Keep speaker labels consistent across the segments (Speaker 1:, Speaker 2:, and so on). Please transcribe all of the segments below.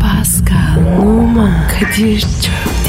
Speaker 1: Pascal, Oman, Kadir çok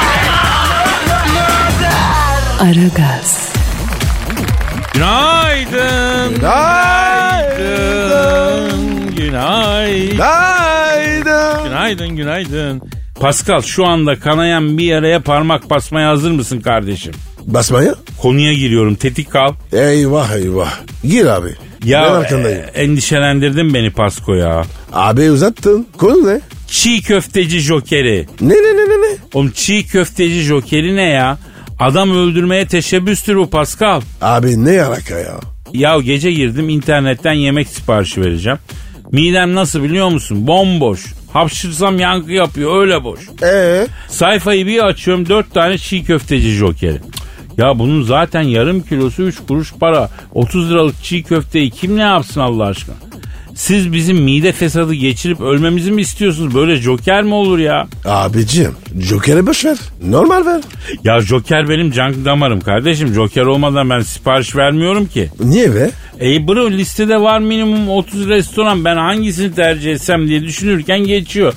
Speaker 1: Aragaz,
Speaker 2: Günaydın. Günaydın. Günaydın.
Speaker 3: Haydi.
Speaker 2: Günaydın. Günaydın. Pascal şu anda kanayan bir yaraya parmak basmaya hazır mısın kardeşim?
Speaker 3: Basmaya?
Speaker 2: Konuya giriyorum. Tetik kal.
Speaker 3: Eyvah eyvah. Gir abi.
Speaker 2: Ya
Speaker 3: ben arkandayım.
Speaker 2: e, endişelendirdin beni Pasko ya.
Speaker 3: Abi uzattın. Konu ne?
Speaker 2: Çiğ köfteci jokeri.
Speaker 3: Ne ne ne ne ne?
Speaker 2: Oğlum çiğ köfteci jokeri ne ya? Adam öldürmeye teşebbüstür bu Pascal.
Speaker 3: Abi ne alaka ya?
Speaker 2: Ya gece girdim internetten yemek siparişi vereceğim. Midem nasıl biliyor musun? Bomboş. Hapşırsam yankı yapıyor öyle boş.
Speaker 3: Ee,
Speaker 2: Sayfayı bir açıyorum dört tane çiğ köfteci jokeri. Ya bunun zaten yarım kilosu 3 kuruş para. 30 liralık çiğ köfteyi kim ne yapsın Allah aşkına? Siz bizim mide fesadı geçirip ölmemizi mi istiyorsunuz? Böyle joker mi olur ya?
Speaker 3: abicim Joker'e boş ver. Normal ver.
Speaker 2: Ya joker benim can damarım kardeşim. Joker olmadan ben sipariş vermiyorum ki.
Speaker 3: Niye be?
Speaker 2: E bro listede var minimum 30 restoran ben hangisini tercih etsem diye düşünürken geçiyor.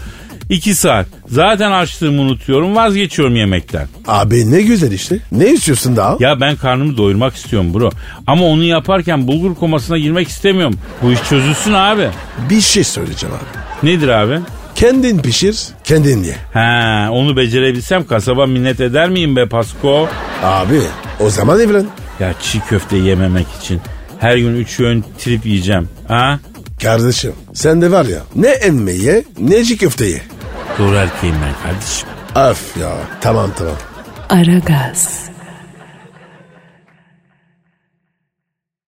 Speaker 2: 2 saat. Zaten açlığımı unutuyorum vazgeçiyorum yemekten.
Speaker 3: Abi ne güzel işte. Ne istiyorsun daha?
Speaker 2: Ya ben karnımı doyurmak istiyorum bro. Ama onu yaparken bulgur komasına girmek istemiyorum. Bu iş çözülsün abi.
Speaker 3: Bir şey söyleyeceğim abi.
Speaker 2: Nedir abi?
Speaker 3: Kendin pişir, kendin ye.
Speaker 2: He onu becerebilsem kasaba minnet eder miyim be Pasko?
Speaker 3: Abi o zaman evlen.
Speaker 2: Ya çiğ köfte yememek için her gün 3 öğün trip yiyeceğim. Ha?
Speaker 3: Kardeşim sen de var ya ne emmeyi ye, ne çiğ köfte ye.
Speaker 2: Doğru erkeğim ben kardeşim.
Speaker 3: Öf ya tamam tamam.
Speaker 1: Aragaz.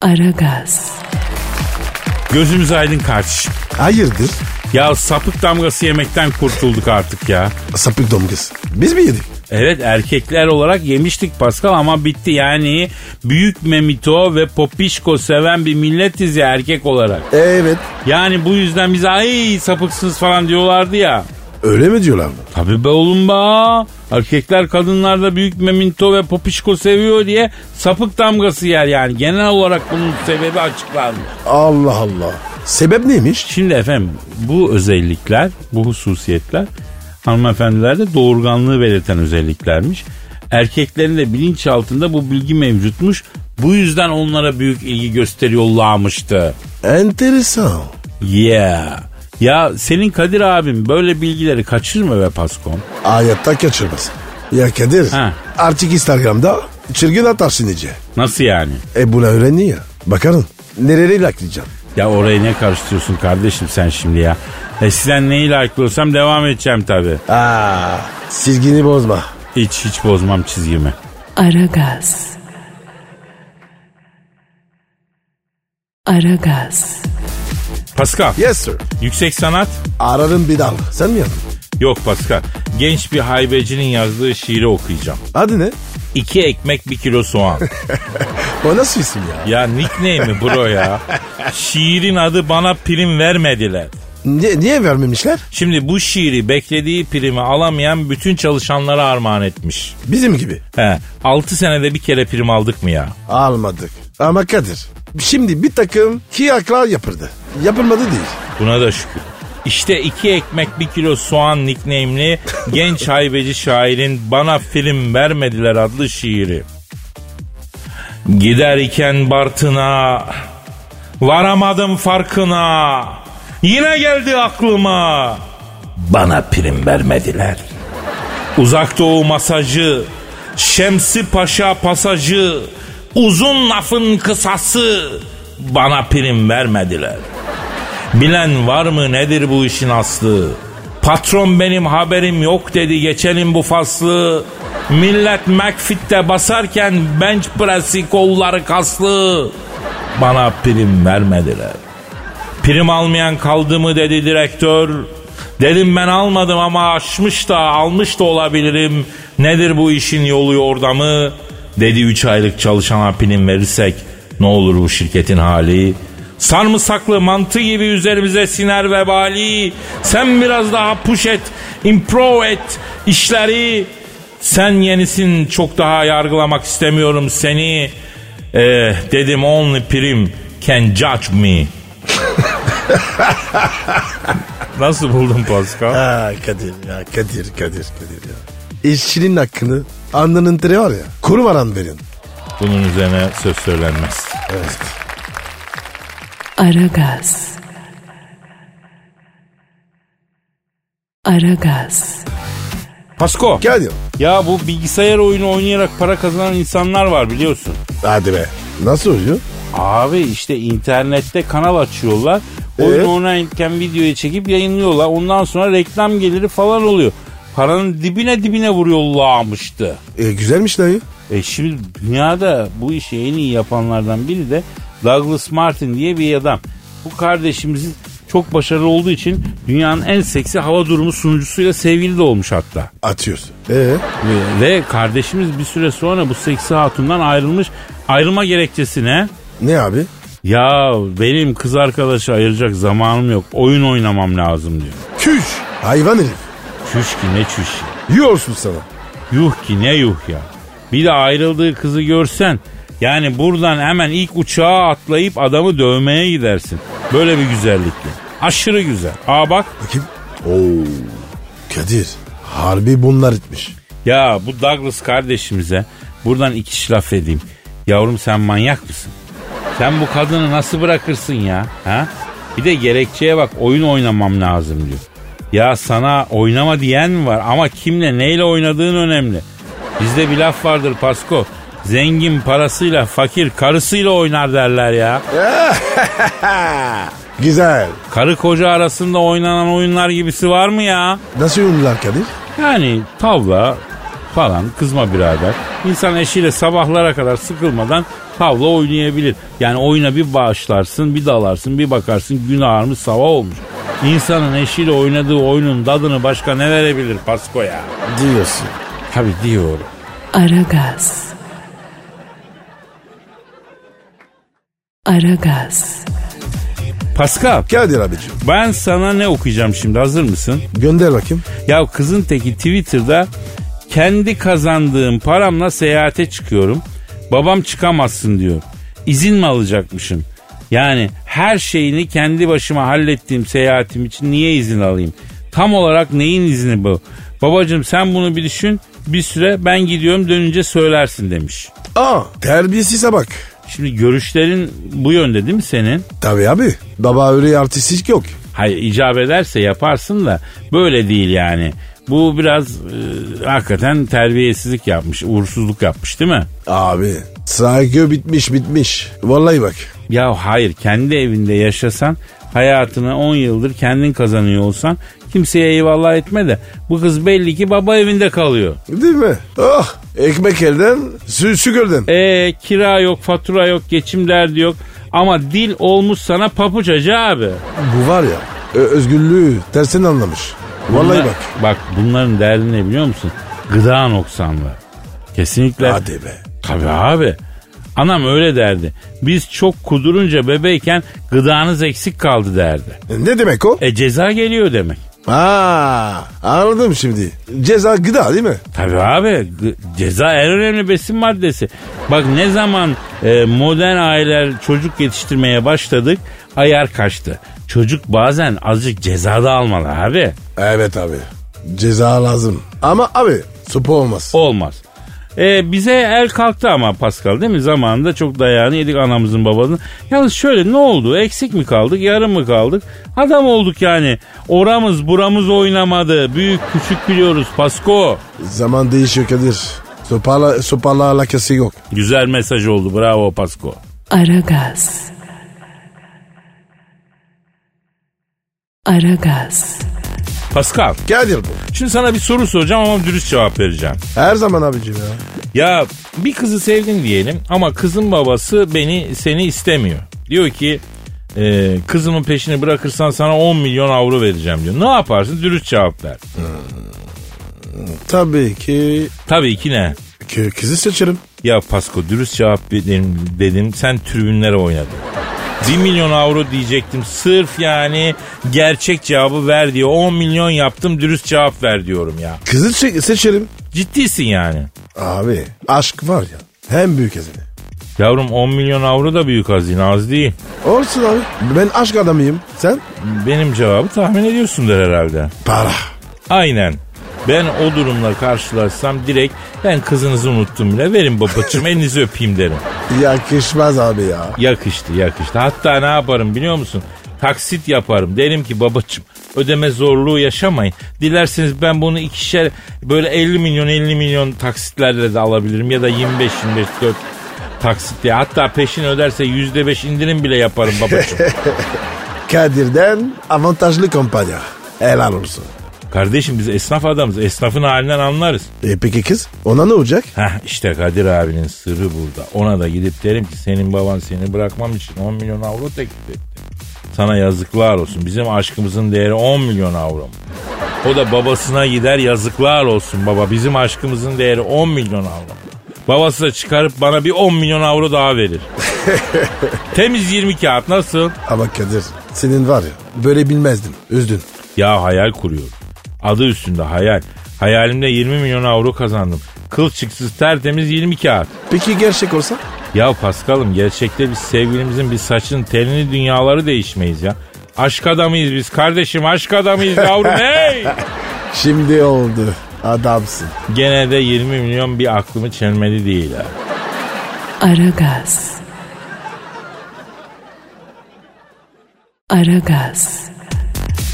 Speaker 1: Aragaz,
Speaker 2: Gözümüz aydın kardeşim.
Speaker 3: Hayırdır?
Speaker 2: Ya sapık damgası yemekten kurtulduk artık ya.
Speaker 3: Sapık domuz. Biz mi yedik?
Speaker 2: Evet erkekler olarak yemiştik Pascal ama bitti yani. Büyük memito ve popişko seven bir milletiz ya erkek olarak.
Speaker 3: Evet.
Speaker 2: Yani bu yüzden bize ay sapıksınız falan diyorlardı ya.
Speaker 3: Öyle mi diyorlar mı?
Speaker 2: Tabii be oğlum be. Erkekler kadınlarda büyük memento ve popişko seviyor diye sapık damgası yer yani. Genel olarak bunun sebebi açıklandı.
Speaker 3: Allah Allah. Sebep neymiş?
Speaker 2: Şimdi efendim bu özellikler, bu hususiyetler hanımefendilerde doğurganlığı belirten özelliklermiş. Erkeklerin de bilinçaltında bu bilgi mevcutmuş. Bu yüzden onlara büyük ilgi gösteriyorlarmıştı.
Speaker 3: Enteresan.
Speaker 2: Yeah. Ya senin Kadir abim böyle bilgileri kaçırma be Paskom.
Speaker 3: Hayatta kaçırmaz. Ya Kadir
Speaker 2: Ha.
Speaker 3: artık Instagram'da çirkin atarsın iyice.
Speaker 2: Nasıl yani?
Speaker 3: E buna öğrenin ya. Bakarım. Nereleri laklayacağım?
Speaker 2: Ya orayı ne karıştırıyorsun kardeşim sen şimdi ya? Eskiden neyi like'lıyorsam devam edeceğim tabii.
Speaker 3: Aa, silgini bozma.
Speaker 2: Hiç hiç bozmam çizgimi.
Speaker 1: Aragaz. Aragaz,
Speaker 2: Pascal,
Speaker 3: Yes sir.
Speaker 2: yüksek sanat
Speaker 3: Ararım bir dal. Sen mi yaptın?
Speaker 2: Yok Pascal. Genç bir haybecinin yazdığı şiiri okuyacağım.
Speaker 3: Adı ne?
Speaker 2: İki ekmek bir kilo soğan.
Speaker 3: O nasıl isim ya?
Speaker 2: ya nickname'i bro ya. Şiirin adı bana prim vermediler.
Speaker 3: Niye, niye vermemişler?
Speaker 2: Şimdi bu şiiri beklediği primi alamayan bütün çalışanlara armağan etmiş.
Speaker 3: Bizim gibi.
Speaker 2: He, 6 senede bir kere prim aldık mı ya?
Speaker 3: Almadık. Ama Kadir şimdi bir takım kıyaklar yapırdı. Yapılmadı değil.
Speaker 2: Buna da şükür. İşte iki ekmek bir kilo soğan nickname'li genç haybeci şairin Bana Film Vermediler adlı şiiri. Gider iken Bartın'a varamadım farkına yine geldi aklıma bana prim vermediler. Uzak doğu masajı, Şemsi Paşa pasajı, uzun lafın kısası bana prim vermediler. Bilen var mı nedir bu işin aslı? Patron benim haberim yok dedi geçelim bu faslı. Millet McFit'te basarken bench press'i kolları kaslı. Bana prim vermediler. Prim almayan kaldı mı dedi direktör. Dedim ben almadım ama aşmış da almış da olabilirim. Nedir bu işin yolu yordamı? Dedi 3 aylık çalışana prim verirsek ne olur bu şirketin hali? Sarımsaklı mantı gibi üzerimize siner vebali. Sen biraz daha push et, improve et işleri. Sen yenisin çok daha yargılamak istemiyorum seni. Eh, dedim only prim can judge me. Nasıl buldun Pascal?
Speaker 3: Ha Kadir ya Kadir Kadir Kadir ya. İşçinin hakkını anlının tiri var ya kuru varan verin.
Speaker 2: Bunun üzerine söz söylenmez.
Speaker 3: Evet.
Speaker 1: Aragaz. Aragaz.
Speaker 2: Pasko.
Speaker 3: Kadir.
Speaker 2: Ya bu bilgisayar oyunu oynayarak para kazanan insanlar var biliyorsun.
Speaker 3: Hadi be. Nasıl oluyor?
Speaker 2: Abi işte internette kanal açıyorlar. Oyun
Speaker 3: Evet.
Speaker 2: oynarken videoyu çekip yayınlıyorlar. Ondan sonra reklam geliri falan oluyor. Paranın dibine dibine vuruyorlarmıştı.
Speaker 3: E, güzelmiş dayı.
Speaker 2: E şimdi dünyada bu işi en iyi yapanlardan biri de Douglas Martin diye bir adam. Bu kardeşimiz çok başarılı olduğu için dünyanın en seksi hava durumu sunucusuyla sevgili de olmuş hatta.
Speaker 3: Atıyorsun. E,
Speaker 2: Ve- Ve kardeşimiz bir süre sonra bu seksi hatundan ayrılmış. Ayrılma gerekçesine
Speaker 3: ne abi?
Speaker 2: ya benim kız arkadaşı ayıracak zamanım yok. Oyun oynamam lazım diyor.
Speaker 3: Küş. Hayvan herif.
Speaker 2: Çüş ki ne çüş. ya.
Speaker 3: Yiyorsun sana.
Speaker 2: Yuh ki ne yuh ya. Bir de ayrıldığı kızı görsen yani buradan hemen ilk uçağa atlayıp adamı dövmeye gidersin. Böyle bir güzellikle. Aşırı güzel. Aa bak
Speaker 3: Bakayım. Oo. Kadir. Harbi bunlar itmiş.
Speaker 2: ya bu Douglas kardeşimize buradan iki şiş laf edeyim. Yavrum sen manyak mısın? Sen bu kadını nasıl bırakırsın ya? Ha? Bir de gerekçeye bak oyun oynamam lazım diyor. Ya sana oynama diyen mi var ama kimle neyle oynadığın önemli. Bizde bir laf vardır Pasko. Zengin parasıyla fakir karısıyla oynar derler ya.
Speaker 3: Güzel.
Speaker 2: Karı koca arasında oynanan oyunlar gibisi var mı ya?
Speaker 3: Nasıl yorumlar Kadir?
Speaker 2: Yani tavla falan kızma birader. İnsan eşiyle sabahlara kadar sıkılmadan tavla oynayabilir. Yani oyuna bir bağışlarsın, bir dalarsın, bir bakarsın gün ağarmış sabah olmuş. İnsanın eşiyle oynadığı oyunun tadını başka ne verebilir Pasko ya?
Speaker 3: Diyorsun.
Speaker 2: Tabii diyorum.
Speaker 1: Aragaz. Aragaz.
Speaker 2: Pascal
Speaker 3: Kadir abicim.
Speaker 2: ben sana ne okuyacağım şimdi hazır mısın?
Speaker 3: Gönder bakayım.
Speaker 2: Ya kızın teki Twitter'da kendi kazandığım paramla seyahate çıkıyorum. Babam çıkamazsın diyor. İzin mi alacakmışım? Yani her şeyini kendi başıma hallettiğim seyahatim için niye izin alayım? Tam olarak neyin izni bu? Babacım sen bunu bir düşün. Bir süre ben gidiyorum dönünce söylersin demiş.
Speaker 3: Aa. Terbiyesize bak.
Speaker 2: Şimdi görüşlerin bu yönde değil mi senin?
Speaker 3: Tabii abi. Baba öyle artistlik yok.
Speaker 2: Hayır icap ederse yaparsın da böyle değil yani. Bu biraz e, hakikaten terbiyesizlik yapmış, uğursuzluk yapmış değil mi?
Speaker 3: Abi. Saygı bitmiş bitmiş. Vallahi bak.
Speaker 2: Ya hayır kendi evinde yaşasan hayatını 10 yıldır kendin kazanıyor olsan kimseye eyvallah etme de bu kız belli ki baba evinde kalıyor.
Speaker 3: Değil mi? Oh. Ekmek elden, su, su gölden.
Speaker 2: E kira yok, fatura yok, geçim derdi yok ama dil olmuş sana papuç acı abi.
Speaker 3: Bu var ya. ö- Özgürlüğü tersini anlamış. Vallahi
Speaker 2: Bunlar-
Speaker 3: bak.
Speaker 2: Bak bunların derdi ne biliyor musun? Gıda noksanlığı. Kesinlikle
Speaker 3: Hadi be.
Speaker 2: Tabii abi. Anam öyle derdi. Biz çok kudurunca bebeyken gıdanız eksik kaldı derdi.
Speaker 3: Ne demek o?
Speaker 2: E ceza geliyor demek.
Speaker 3: Aa, anladım şimdi. Ceza gıda değil mi?
Speaker 2: Tabii abi gı- ceza en önemli besin maddesi. Bak ne zaman e, modern aileler çocuk yetiştirmeye başladık ayar kaçtı. Çocuk bazen azıcık ceza da almalı abi.
Speaker 3: Evet abi. Ceza lazım. Ama abi sopa olmaz.
Speaker 2: Olmaz. E, bize el kalktı ama Pascal değil mi? Zamanında çok dayağını yedik anamızın babasının. Yalnız şöyle ne oldu? Eksik mi kaldık? Yarım mı kaldık? Adam olduk yani. Oramız buramız oynamadı. Büyük küçük biliyoruz Pasko.
Speaker 3: Zaman değişiyor Kadir. Sopala, sopala alakası yok.
Speaker 2: Güzel mesaj oldu. Bravo Pasko.
Speaker 1: Aragaz. Aragaz.
Speaker 2: Pascal,
Speaker 3: Kadir bu.
Speaker 2: şimdi sana bir soru soracağım ama dürüst cevap vereceğim.
Speaker 3: Her zaman abicim ya.
Speaker 2: Ya bir kızı sevdin diyelim ama kızın babası beni seni istemiyor. Diyor ki Ee, kızımın peşini bırakırsan sana 10 milyon avro vereceğim diyor. Ne yaparsın? Dürüst cevap ver.
Speaker 3: Tabii ki
Speaker 2: Tabii ki ne?
Speaker 3: kö- kızı seçerim.
Speaker 2: Ya Pasko dürüst cevap dedim, dedim sen tribünlere oynadın. 1 milyon avro diyecektim sırf yani gerçek cevabı ver diye 10 milyon yaptım dürüst cevap ver diyorum ya.
Speaker 3: Kızı se- seçerim.
Speaker 2: Ciddisin yani.
Speaker 3: Abi aşk var ya en büyük hazine.
Speaker 2: Yavrum 10 milyon avro da büyük hazine az değil.
Speaker 3: Olsun abi ben aşk adamıyım. Sen?
Speaker 2: Benim cevabı tahmin ediyorsundur herhalde.
Speaker 3: Para.
Speaker 2: Aynen. Ben o durumla karşılaşsam direkt ben kızınızı unuttum bile verin babacığım elinizi öpeyim derim.
Speaker 3: Yakışmaz abi ya.
Speaker 2: Yakıştı yakıştı. Hatta ne yaparım biliyor musun? Taksit yaparım. Derim ki babacım ödeme zorluğu yaşamayın. Dilerseniz ben bunu ikişer böyle 50 milyon 50 milyon taksitlerle de alabilirim. Ya da 25 24 taksit diye. Hatta peşin öderse %5 indirim bile yaparım babacım.
Speaker 3: Kadir'den avantajlı kampanya. Helal olsun.
Speaker 2: Kardeşim biz esnaf adamız. Esnafın halinden anlarız.
Speaker 3: E peki kız ona ne olacak?
Speaker 2: Heh işte Kadir abinin sırrı burada. Ona da gidip derim ki senin baban seni bırakmam için 10 milyon avro teklif etti. Sana yazıklar olsun. Bizim aşkımızın değeri 10 milyon avro. mu? O da babasına gider yazıklar olsun baba. Bizim aşkımızın değeri 10 milyon avro. Babası da çıkarıp bana bir 10 milyon avro daha verir. Temiz 20 kağıt nasıl?
Speaker 3: Ama Kadir senin var ya böyle bilmezdim. Üzdün.
Speaker 2: Ya hayal kuruyorum. Adı üstünde hayal. Hayalimde 20 milyon avro kazandım. Kılçıksız tertemiz 20 kağıt.
Speaker 3: Peki gerçek olsa?
Speaker 2: Ya Paskal'ım gerçekte biz sevgilimizin bir saçın telini dünyaları değişmeyiz ya. Aşk adamıyız biz kardeşim aşk adamıyız yavrum hey.
Speaker 3: Şimdi oldu. Adamsın.
Speaker 2: Gene de 20 milyon bir aklımı çelmedi değil ha.
Speaker 1: Aragaz. Aragaz.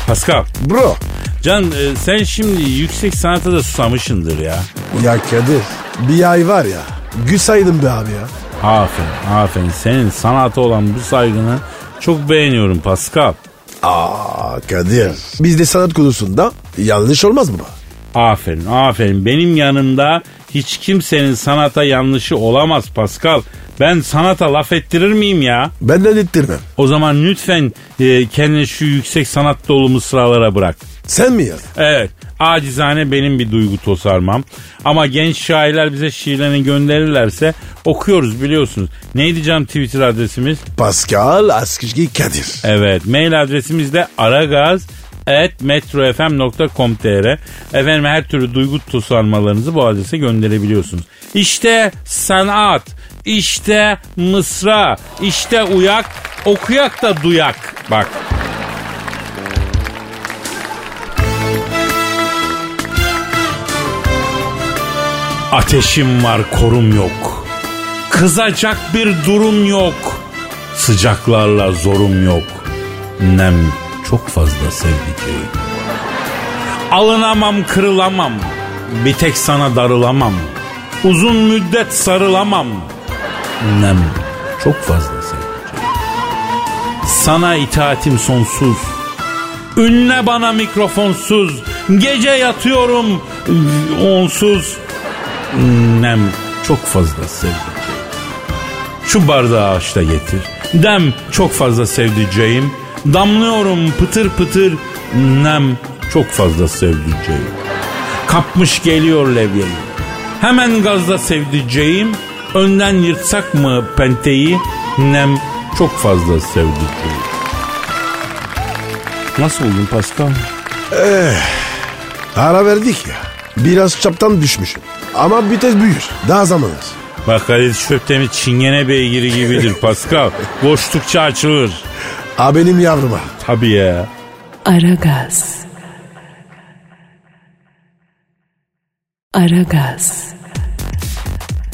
Speaker 2: Paskal.
Speaker 3: Bro.
Speaker 2: Can e, sen şimdi yüksek sanata da susamışsındır ya.
Speaker 3: Ya Kadir bir ay var ya. Güsaydım be abi ya.
Speaker 2: Aferin aferin senin sanata olan bu saygını çok beğeniyorum Pascal.
Speaker 3: Aa Kadir. Biz de sanat konusunda yanlış olmaz mı?
Speaker 2: Aferin aferin benim yanımda hiç kimsenin sanata yanlışı olamaz Pascal. Ben sanata laf ettirir miyim ya?
Speaker 3: Benden ettirmem.
Speaker 2: O zaman lütfen e, kendini şu yüksek sanat dolu mısralara bırak.
Speaker 3: Sen mi yazdın?
Speaker 2: Evet, acizane benim bir duygu tosarmam. Ama genç şairler bize şiirlerini gönderirlerse okuyoruz biliyorsunuz. Neydi canım Twitter adresimiz?
Speaker 3: Pascal Askışki Kadir.
Speaker 2: Evet, mail adresimiz de aragaz metrofm.com.tr Efendim her türlü duygu tosarmalarınızı bu adrese gönderebiliyorsunuz. İşte sanat, işte mısra, işte uyak, okuyak da duyak. Bak Ateşim var korum yok. Kızacak bir durum yok. Sıcaklarla zorum yok. Nem çok fazla sevdiceğim. Alınamam kırılamam. Bir tek sana darılamam. Uzun müddet sarılamam. Nem çok fazla sevdiceğim. Sana itaatim sonsuz. Ünle bana mikrofonsuz. Gece yatıyorum ıı, onsuz. Nem çok fazla sevdiceğim. Şu bardağı açta getir. Dem çok fazla sevdiceğim. Damlıyorum pıtır pıtır. Nem çok fazla sevdiceğim. Kapmış geliyor levyeyi. Hemen gazda sevdiceğim. Önden yırtsak mı penteyi? Nem çok fazla sevdiceğim. Nasıl oldun Pascal?
Speaker 3: Ara verdik ya. Biraz çaptan düşmüşüm. Ama vites büyür. Daha zaman var.
Speaker 2: Bak Halil Şöptemiz çingene beygiri gibidir Pascal. Boşlukça açılır.
Speaker 3: Ha benim yavruma.
Speaker 2: Tabii ya.
Speaker 1: Aragaz. Aragaz.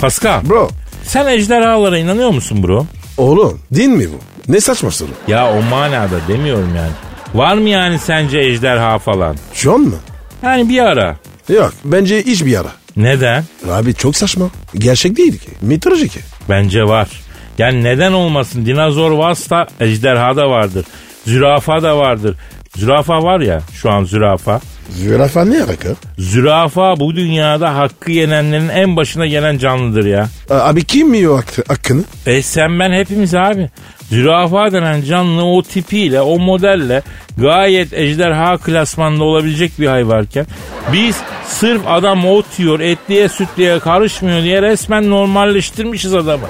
Speaker 2: Pascal.
Speaker 3: Bro.
Speaker 2: Sen ejderhalara inanıyor musun bro?
Speaker 3: Oğlum din mi bu? Ne saçma soru?
Speaker 2: Ya o manada demiyorum yani. Var mı yani sence ejderha falan?
Speaker 3: Şu an mı?
Speaker 2: Yani bir ara.
Speaker 3: Yok bence hiç bir ara.
Speaker 2: Neden?
Speaker 3: Abi çok saçma. Gerçek değil ki. Mitoloji ki.
Speaker 2: Bence var. Yani neden olmasın? Dinozor varsa ejderha da vardır. Zürafa da vardır. Zürafa var ya şu an zürafa.
Speaker 3: Zürafa ne alaka?
Speaker 2: Zürafa bu dünyada hakkı yenenlerin en başına gelen canlıdır ya.
Speaker 3: A- Abi kim yiyor hak- hakkını?
Speaker 2: E sen ben hepimiz abi. Zürafa denen canlı o tipiyle, o modelle gayet ejderha klasmanında olabilecek bir hay varken biz sırf adam ot yiyor, etliye sütliye karışmıyor diye resmen normalleştirmişiz adamı.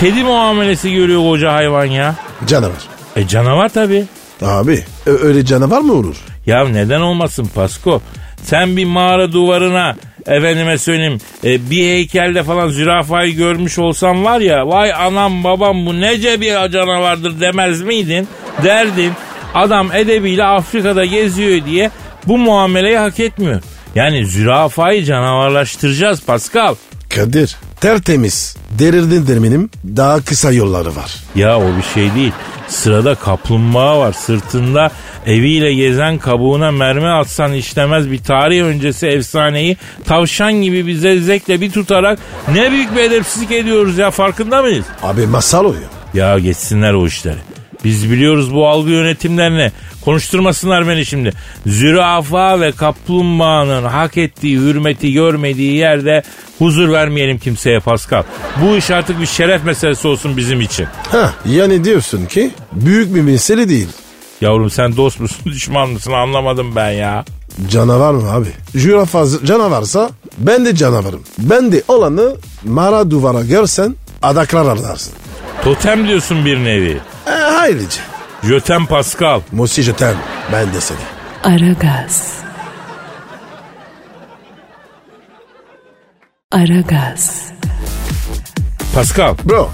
Speaker 2: Kedi muamelesi görüyor koca hayvan ya.
Speaker 3: Canavar.
Speaker 2: E canavar tabii.
Speaker 3: Abi ö- öyle canavar mı olur?
Speaker 2: Ya neden olmasın Pasko? Sen bir mağara duvarına efendime söyleyeyim e, bir heykelde falan zürafayı görmüş olsan var ya vay anam babam bu nece bir canavardır demez miydin? Derdin adam edebiyle Afrika'da geziyor diye bu muameleyi hak etmiyor. Yani zürafayı canavarlaştıracağız Pascal.
Speaker 3: Kadir tertemiz. Derirdin derminim daha kısa yolları var.
Speaker 2: Ya o bir şey değil. Sırada kaplumbağa var. Sırtında eviyle gezen kabuğuna mermi atsan işlemez bir tarih öncesi efsaneyi tavşan gibi bir zevzekle bir tutarak ne büyük bir edepsizlik ediyoruz ya farkında mıyız?
Speaker 3: Abi masal o ya.
Speaker 2: Ya geçsinler o işleri. Biz biliyoruz bu algı yönetimlerini. Konuşturmasınlar beni şimdi. Zürafa ve kaplumbağanın hak ettiği hürmeti görmediği yerde huzur vermeyelim kimseye Pascal. Bu iş artık bir şeref meselesi olsun bizim için.
Speaker 3: Ha yani diyorsun ki büyük bir mesele değil.
Speaker 2: Yavrum sen dost musun düşman mısın anlamadım ben ya.
Speaker 3: Canavar mı abi? Zürafa z- canavarsa ben de canavarım. Ben de olanı mağara duvara görsen adaklar ararsın.
Speaker 2: Totem diyorsun bir nevi.
Speaker 3: E, hayırlıca.
Speaker 2: Jötem Pascal.
Speaker 3: Mosi Jöten ben de seni.
Speaker 1: Aragaz. Aragaz.
Speaker 2: Pascal
Speaker 3: Bro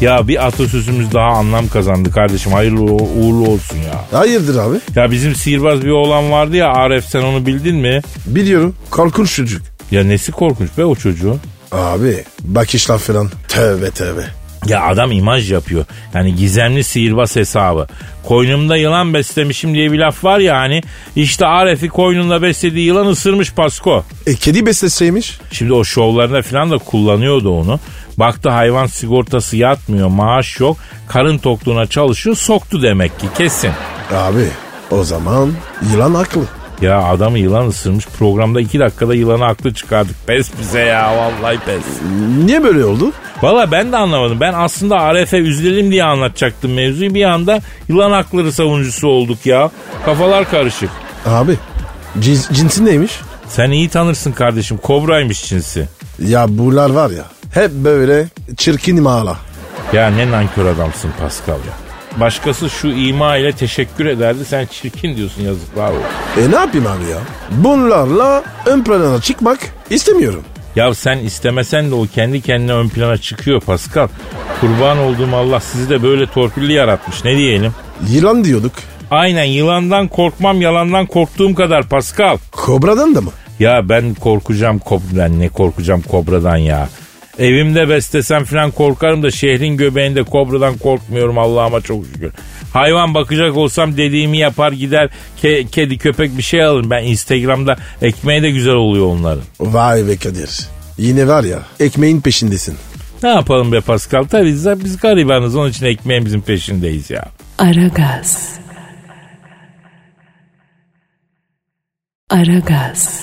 Speaker 2: ya bir atasözümüz daha anlam kazandı kardeşim hayırlı o- uğurlu olsun ya.
Speaker 3: hayırdır abi?
Speaker 2: Ya bizim sihirbaz bir oğlan vardı ya Aref sen onu bildin mi?
Speaker 3: Biliyorum korkunç çocuk.
Speaker 2: Ya nesi korkunç be o çocuğun.
Speaker 3: Abi bakışlar falan tövbe tövbe.
Speaker 2: Ya adam imaj yapıyor. Yani gizemli sihirbaz hesabı. Koynumda yılan beslemişim diye bir laf var ya hani. işte Aref'i koynunda beslediği yılan ısırmış Pasko.
Speaker 3: E kedi besleseymiş?
Speaker 2: Şimdi o şovlarında falan da kullanıyordu onu. Baktı hayvan sigortası yatmıyor, maaş yok. Karın tokluğuna çalışıyor, soktu demek ki kesin.
Speaker 3: Abi o zaman yılan haklı.
Speaker 2: Ya adamı yılan ısırmış. Programda iki dakikada yılanı aklı çıkardık. Pes bize ya vallahi pes.
Speaker 3: Niye böyle oldu?
Speaker 2: Valla ben de anlamadım. Ben aslında Aref'e üzülelim diye anlatacaktım mevzuyu. Bir anda yılan hakları savunucusu olduk ya. Kafalar karışık.
Speaker 3: Abi cins, cinsi neymiş?
Speaker 2: Sen iyi tanırsın kardeşim. Kobraymış cinsi.
Speaker 3: Ya bunlar var ya hep böyle çirkin mağara.
Speaker 2: Ya ne nankör adamsın Pascal ya. Başkası şu ima ile teşekkür ederdi sen çirkin diyorsun yazıklar olsun.
Speaker 3: E ne yapayım abi ya? Bunlarla ön plana çıkmak istemiyorum.
Speaker 2: Ya sen istemesen de o kendi kendine ön plana çıkıyor Pascal. Kurban olduğum Allah sizi de böyle torpilli yaratmış ne diyelim.
Speaker 3: Yılan diyorduk.
Speaker 2: Aynen yılandan korkmam yalandan korktuğum kadar Pascal.
Speaker 3: Kobradan da mı?
Speaker 2: Ya ben korkacağım kobradan ne korkacağım kobradan ya. Evimde beslesem falan korkarım da şehrin göbeğinde kobradan korkmuyorum Allah'ıma çok şükür. Hayvan bakacak olsam dediğimi yapar gider ke- kedi köpek bir şey alırım. Ben Instagram'da ekmeği de güzel oluyor onların.
Speaker 3: Vay be Kadir. Yine var ya ekmeğin peşindesin.
Speaker 2: Ne yapalım be Pascal tabii biz, biz garibanız onun için ekmeğimizin peşindeyiz ya.
Speaker 1: Aragaz. Aragaz.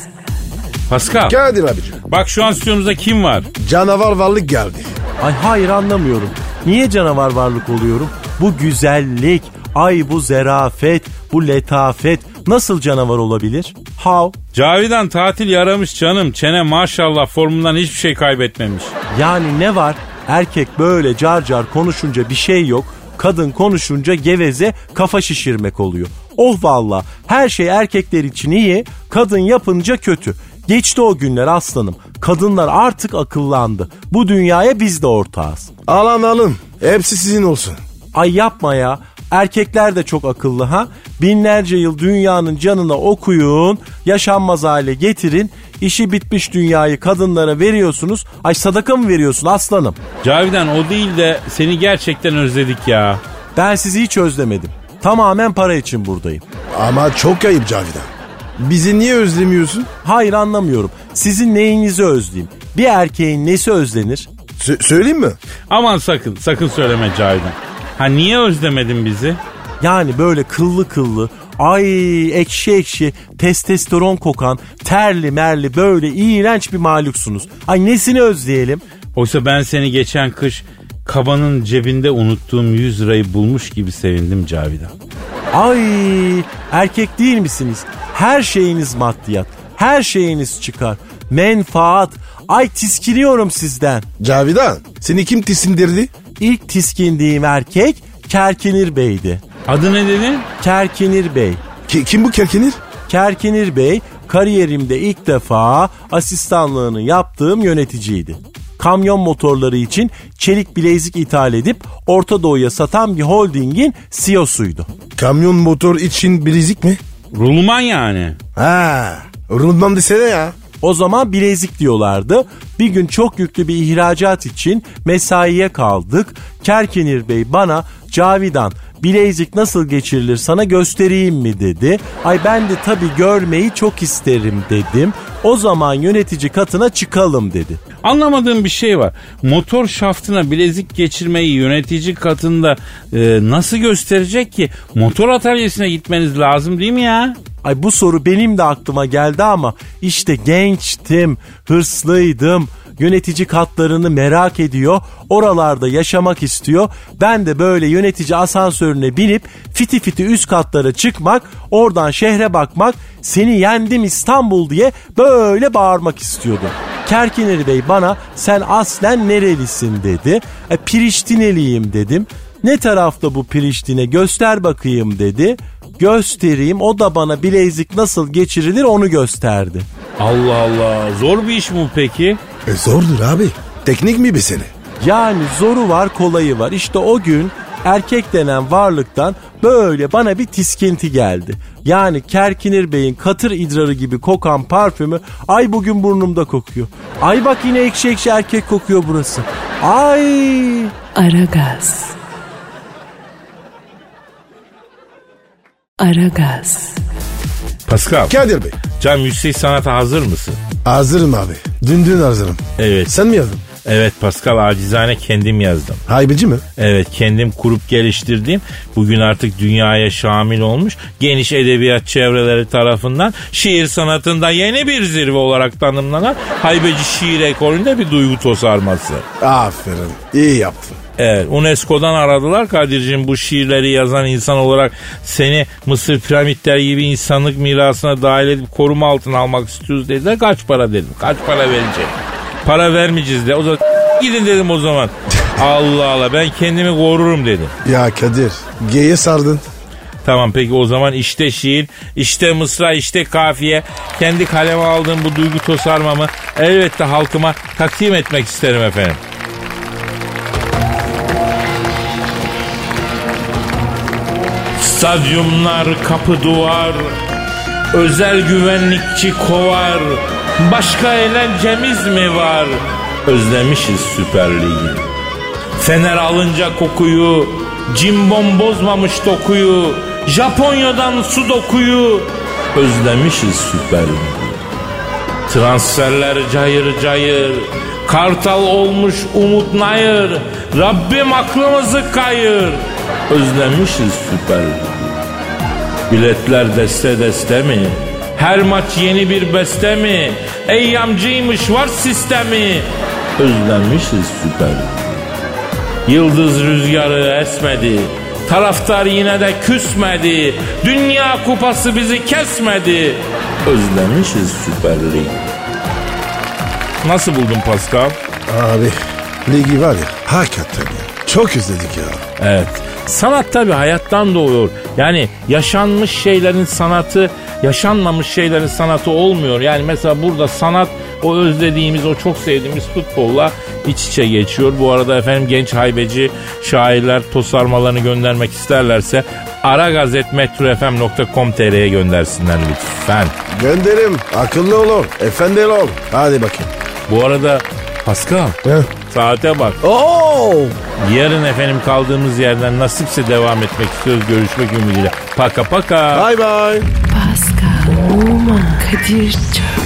Speaker 2: Pascal
Speaker 3: Kadir abicim.
Speaker 2: bak şu an stüdyomuzda kim var?
Speaker 3: Canavar varlık geldi.
Speaker 4: Ay hayır anlamıyorum. Niye canavar varlık oluyorum? Bu güzellik, ay bu zerafet, bu letafet nasıl canavar olabilir? How?
Speaker 2: Cavidan tatil yaramış canım çene maşallah formundan hiçbir şey kaybetmemiş.
Speaker 4: Yani ne var? Erkek böyle car car konuşunca bir şey yok. Kadın konuşunca geveze kafa şişirmek oluyor. Oh valla her şey erkekler için iyi, kadın yapınca kötü. Geçti o günler aslanım. Kadınlar artık akıllandı. Bu dünyaya biz de ortağız.
Speaker 3: Alan alın. Hepsi sizin olsun.
Speaker 4: Ay yapma ya. Erkekler de çok akıllı ha. Binlerce yıl dünyanın canına okuyun, yaşanmaz hale getirin. İşi bitmiş dünyayı kadınlara veriyorsunuz. Ay sadaka mı veriyorsun aslanım?
Speaker 2: Cavidan o değil de seni gerçekten özledik ya.
Speaker 4: Ben sizi hiç özlemedim. Tamamen para için buradayım.
Speaker 3: Ama çok ayıp Cavidan. Bizi niye özlemiyorsun?
Speaker 4: Hayır anlamıyorum. Sizin neyinizi özleyeyim? Bir erkeğin nesi özlenir?
Speaker 3: Sö- söyleyeyim mi?
Speaker 2: Aman sakın sakın söyleme Cavidan. Ha niye özlemedin bizi?
Speaker 4: Yani böyle kıllı kıllı, Ay ekşi ekşi testosteron kokan terli merli böyle iğrenç bir maluksunuz. Ay nesini özleyelim?
Speaker 5: Oysa ben seni geçen kış kabanın cebinde unuttuğum 100 lirayı bulmuş gibi sevindim Cavidan.
Speaker 4: Ay erkek değil misiniz? Her şeyiniz maddiyat. Her şeyiniz çıkar. Menfaat. Ay tiskiniyorum sizden.
Speaker 3: Cavidan seni kim tisindirdi?
Speaker 4: İlk tiskindiğim erkek Kerkinir Bey'di.
Speaker 5: Adı ne dedin?
Speaker 4: Kerkinir Bey.
Speaker 3: Ki- kim bu kerkenir?
Speaker 4: Kerkinir Bey kariyerimde ilk defa asistanlığını yaptığım yöneticiydi. Kamyon motorları için çelik bilezik ithal edip Orta Doğu'ya satan bir holdingin E CEO'suydu.
Speaker 3: Kamyon motor için bilezik mi?
Speaker 5: Rulman yani.
Speaker 3: Ha, Rulman desene ya.
Speaker 4: O zaman bilezik diyorlardı. Bir gün çok yüklü bir ihracat için mesaiye kaldık. Kerkinir Bey bana Cavidan bilezik nasıl geçirilir sana göstereyim mi dedi. Ay ben de tabii görmeyi çok isterim dedim. O zaman yönetici katına çıkalım dedi.
Speaker 5: Anlamadığım bir şey var. Motor şaftına bilezik geçirmeyi yönetici katında e, nasıl gösterecek ki? Motor atölyesine gitmeniz lazım değil mi ya?
Speaker 4: Ay bu soru benim de aklıma geldi ama işte gençtim, hırslıydım. Yönetici katlarını merak ediyor, oralarda yaşamak istiyor. Ben de böyle yönetici asansörüne binip fiti fiti üst katlara çıkmak, oradan şehre bakmak, seni yendim İstanbul diye böyle bağırmak istiyordum. Kerkineri Bey bana sen aslen nerelisin dedi. E, Piriştineliyim dedim. Ne tarafta bu Piriştine göster bakayım dedi. Göstereyim o da bana bilezik nasıl geçirilir onu gösterdi.
Speaker 5: Allah Allah zor bir iş mi bu peki?
Speaker 3: E zordur abi. Teknik mi mesele?
Speaker 4: Yani zoru var kolayı var. İşte o gün erkek denen varlıktan böyle bana bir tiskinti geldi. Yani Kerkinir Bey'in katır idrarı gibi kokan parfümü ay bugün burnumda kokuyor. Ay bak yine ekşi ekşi erkek kokuyor burası. Ay
Speaker 1: Aragaz. Aragaz.
Speaker 2: Pascal.
Speaker 3: Kadir Bey.
Speaker 2: Can yüksek sanata hazır mısın?
Speaker 3: Hazırım abi. Dün dün hazırım.
Speaker 2: Evet.
Speaker 3: Sen mi yazdın?
Speaker 2: Evet Pascal acizane kendim yazdım.
Speaker 3: Haybeci mi?
Speaker 2: Evet kendim kurup geliştirdiğim bugün artık dünyaya şamil olmuş geniş edebiyat çevreleri tarafından şiir sanatında yeni bir zirve olarak tanımlanan haybeci şiir ekolünde bir duygu tosarması.
Speaker 3: Aferin. İyi yaptın.
Speaker 2: Evet UNESCO'dan aradılar Kadir'cim bu şiirleri yazan insan olarak seni Mısır piramitleri gibi insanlık mirasına dahil edip koruma altına almak istiyoruz dediler. Kaç para dedim kaç para vereceğim. Para vermeyeceğiz de o zaman gidin dedim o zaman. Allah Allah ben kendimi korurum dedim.
Speaker 3: Ya Kadir. G'ye sardın.
Speaker 2: Tamam peki o zaman işte şiir, işte mısra, işte kafiye. Kendi kaleme aldığım bu duygu tosarmamı elbette halkıma takdim etmek isterim efendim. Stadyumlar kapı duvar Özel güvenlikçi kovar Başka eğlencemiz mi var Özlemişiz Süper Ligi Fener alınca kokuyu Cimbom bozmamış dokuyu Japonya'dan su dokuyu Özlemişiz Süper Ligi Transferler cayır cayır Kartal olmuş Umut Nayır Rabbim aklımızı kayır Özlemişiz Süper Ligi Biletler deste deste mi? Her maç yeni bir beste mi? Ey yamcıymış var sistemi. Özlenmişiz süper. Yıldız rüzgarı esmedi. Taraftar yine de küsmedi. Dünya kupası bizi kesmedi. Özlemişiz süper lig. Nasıl buldun Pascal?
Speaker 3: Abi. Ligi var ya. Hakikaten ya. Çok izledik ya.
Speaker 2: Evet. Sanat tabi hayattan doğuyor. Yani yaşanmış şeylerin sanatı, yaşanmamış şeylerin sanatı olmuyor. Yani mesela burada sanat o özlediğimiz, o çok sevdiğimiz futbolla iç içe geçiyor. Bu arada efendim genç haybeci şairler tosarmalarını göndermek isterlerse aragazetmetrofm.com.tr'ye göndersinler lütfen.
Speaker 3: Gönderim. Akıllı olun. Efendi olun. Hadi bakayım.
Speaker 2: Bu arada Pascal
Speaker 3: Heh.
Speaker 2: saate bak.
Speaker 3: Oo.
Speaker 2: Yarın efendim kaldığımız yerden nasipse devam etmek istiyoruz. Görüşmek ümidiyle. Paka paka.
Speaker 3: Bye bye.
Speaker 1: Pascal, Oman, Kadir çok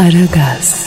Speaker 1: Aragaz.